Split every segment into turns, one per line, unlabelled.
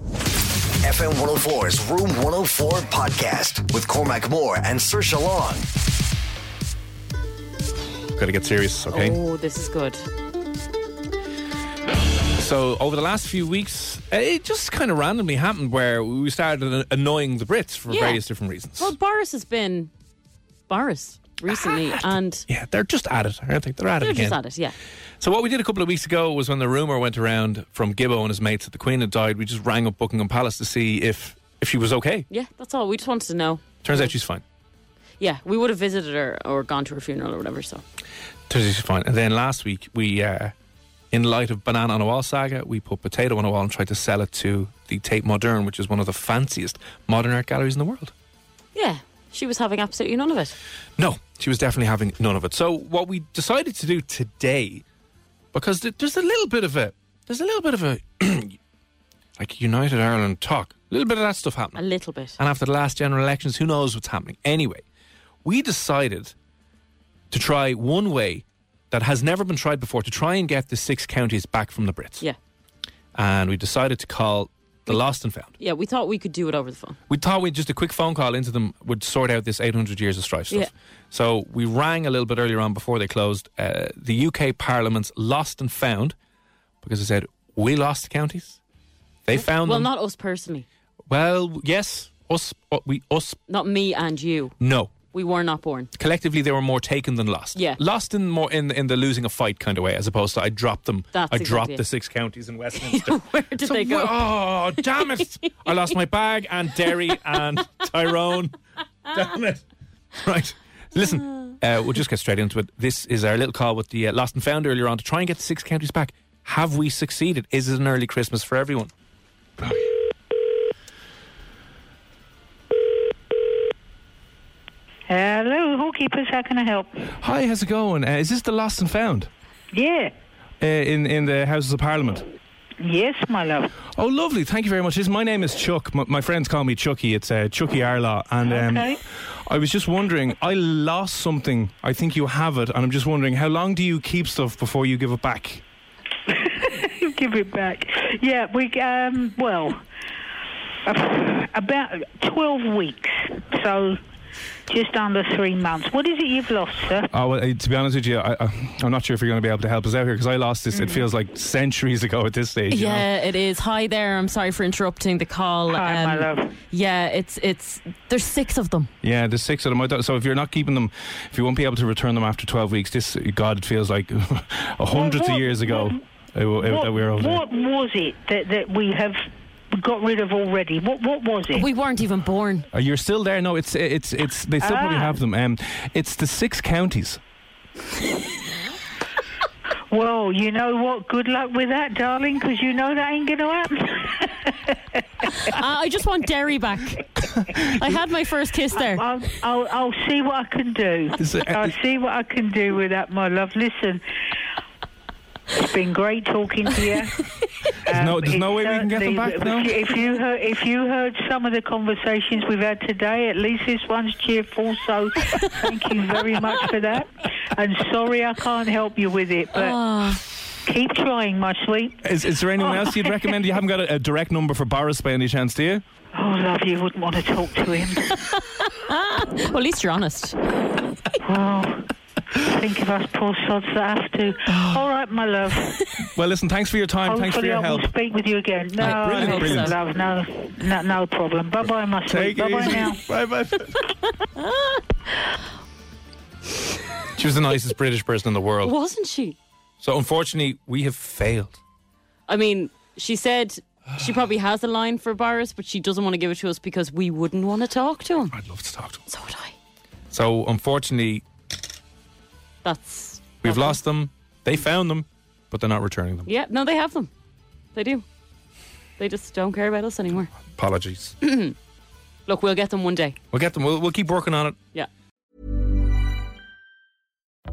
FM 104's Room 104 podcast with Cormac Moore and Sir Long.
Gotta get serious, okay?
Oh, this is good.
So over the last few weeks, eh, it just kind of randomly happened where we started an- annoying the Brits for
Yeah.
various different reasons.
Well, Boris has been Boris recently, and
yeah, they're just at it, aren't they? They're at
they're
it Ah. again.
just at it. Yeah,
So what we did a couple of weeks ago was when the rumor went around from Gibbo and his mates that the Queen had died, we just rang up Buckingham Palace to see if if she was okay.
yeah. That's all. We just wanted to know.
Turns out she's fine.
Yeah, we would have visited her or gone to her funeral or whatever. So
Turns out she's fine. And then last week we, uh, in light of banana on a wall saga, we put potato on a wall and tried to sell it to the Tate Modern, which is one of the fanciest modern art galleries in the world.
yeah, she was having absolutely none of it.
No, she was definitely having none of it. So what we decided to do today, because th- there's a little bit of a there's a little bit of a like United Ireland talk, a little bit of that stuff
A
happening.
little bit.
And after the last general elections, who knows what's happening? Anyway, we decided to try one way that has never been tried before to try and get the six counties back from the Brits.
Yeah,
And we decided to call the Lost and Found.
yeah. We thought we could do it over the phone.
We thought we'd just a quick phone call into them would sort out this 800 years of strife stuff.
Yeah.
So we rang a little bit earlier on before they closed uh, the UK Parliament's lost and found because they said we lost the counties. They found
Well,
them.
not us personally.
well, yes, us, uh, we us,
Not me and you.
no.
We were not born.
Collectively, they were more taken than lost.
Yeah.
lost in more in in the losing a fight kind of way, as opposed to I dropped them.
That's
I dropped
exactly it.
the six counties in Westminster.
Where did
So
they go?
wh- Oh, damn it. I lost my bag and Derry and Tyrone. Damn it. Right. Listen, uh, we'll just get straight into it. This is our little call with the uh, Lost and Found earlier on to try and get the six counties back. Have we succeeded? Is it an early Christmas for everyone?
Hello, Hawkeepers, how can I help?
Hi, how's it going? Uh, is this the Lost and Found
Yeah.
uh, in, in the Houses of Parliament?
Yes, my love.
Oh, lovely. Thank you very much. This- My name is Chuck. My, my friends call me Chucky. It's uh, Chucky Arlaw. And um,
Okay.
I was just wondering, I lost something. I think you have it. And I'm just wondering, how long do you keep stuff before you give it back?
Give it back. Yeah, we, um, well, about 12 weeks, so just under three months. What is it you've lost, sir?
Oh, well, uh, to be honest with you, I, I, I'm not sure if you're going to be able to help us out here because I lost this,
Mm.
it feels like centuries ago at this stage. you know?
Yeah, it is. Hi there. I'm sorry for interrupting the call. Um,
Hi, my love.
Yeah, it's it's. There's six of them.
Yeah, there's six of them. I don't- So if you're not keeping them, if you won't be able to return them after 12 weeks, this, God, it feels like hundreds
what-
of years ago uh, uh, that we were over there.
what was it that, that we have got rid of already? What, what was it?
We weren't even born.
Uh, You're still there? No, it's it's it's they still probably
Ah.
have them. Um, it's the six counties.
well, you know what? Good luck with that, darling, because you know that ain't going to happen.
Uh, I just want Derry back. I had my first kiss there.
I'll, I'll, I'll see what I can do.
Is it-
I'll see what I can do with that, my love. Listen, it's been great talking to you. Um,
no- there's no
it's
way we can get them
certainly-
back now?
If you heard, if you heard some of the conversations we've had today, at least this one's cheerful. So thank you very much for that. And sorry I can't help you with it, but keep trying, my sweet.
Is, is there anyone else you'd recommend? You haven't got a, a direct number for Boris by any chance, do you?
Oh, love, you wouldn't want to talk to him.
Well, at least you're honest.
Well, Oh, Think of us poor sods that have to. All right, my love.
Well, listen, thanks for your time. thanks for
Hopefully,
your
I
help.
will speak with you again. No,
Oh, brilliant,
I hope
brilliant.
so, love. No, no, no problem. Bye bye, my
Take
sweet. Bye
it
bye
easy.
now.
Bye bye. she was the nicest British person in the world.
Wasn't she?
So unfortunately, we have failed.
I mean, she said she probably has a line for Boris, but she doesn't want to give it to us because we wouldn't want to talk to him.
I'd love to talk to him.
So would I.
So unfortunately,
That's.
we've lost them. They found them, but they're not returning them.
Yeah, no, they have them. They do. They just don't care about us anymore.
Apologies.
Look, we'll get them one day.
we'll get them. We'll, we'll keep working on it.
Yeah.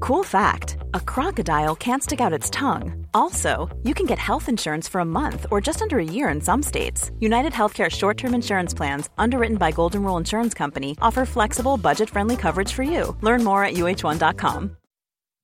Cool fact a crocodile can't stick out its tongue. Also, you can get health insurance for a month or just under a year in some states. United Healthcare short term insurance plans, underwritten by Golden Rule Insurance Company, offer flexible, budget friendly coverage for you. Learn more at uh1.com.